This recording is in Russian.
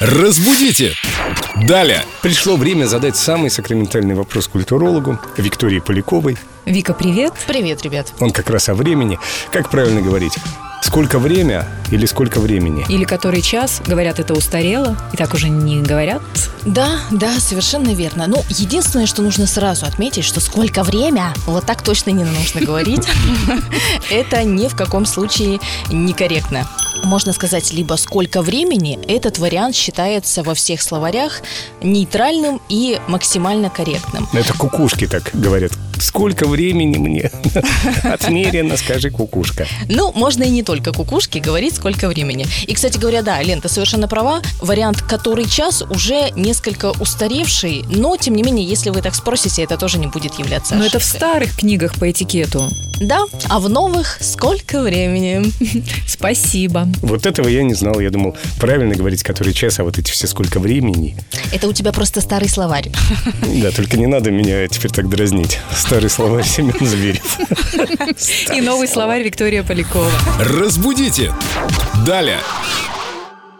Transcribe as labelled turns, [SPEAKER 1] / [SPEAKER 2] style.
[SPEAKER 1] Разбудите! Далее!
[SPEAKER 2] Пришло время задать самый сакраментальный вопрос культурологу Виктории Поляковой.
[SPEAKER 3] Вика, привет.
[SPEAKER 4] Привет, ребят.
[SPEAKER 2] Он как раз о времени. Как правильно говорить? Сколько время или сколько времени?
[SPEAKER 3] Или который час, говорят, это устарело, и так уже не говорят.
[SPEAKER 4] Да, да, совершенно верно. Ну, единственное, что нужно сразу отметить, что сколько время, вот так точно не нужно говорить. Это ни в каком случае некорректно. Можно сказать либо сколько времени, этот вариант считается во всех словарях нейтральным и максимально корректным.
[SPEAKER 2] Ну, Это кукушки так говорят. Сколько времени мне отмерено, скажи кукушка.
[SPEAKER 4] Ну, можно и не только кукушки говорить, сколько времени. И, кстати говоря, да, Лен, ты совершенно права. Вариант «который час» уже несколько устаревший, но, тем не менее, если вы так спросите, это тоже не будет являться
[SPEAKER 3] Но Ну, это в
[SPEAKER 4] ошибкой.
[SPEAKER 3] старых книгах по этикету.
[SPEAKER 4] Да, а в новых «сколько времени».
[SPEAKER 3] Спасибо.
[SPEAKER 2] Вот этого я не знал. Я думал, правильно говорить, который час, а вот эти все сколько времени.
[SPEAKER 4] Это у тебя просто старый словарь.
[SPEAKER 2] Да, только не надо меня теперь так дразнить. Старый словарь Семен Зверев.
[SPEAKER 3] И новый словарь Виктория Полякова.
[SPEAKER 1] Разбудите! Далее!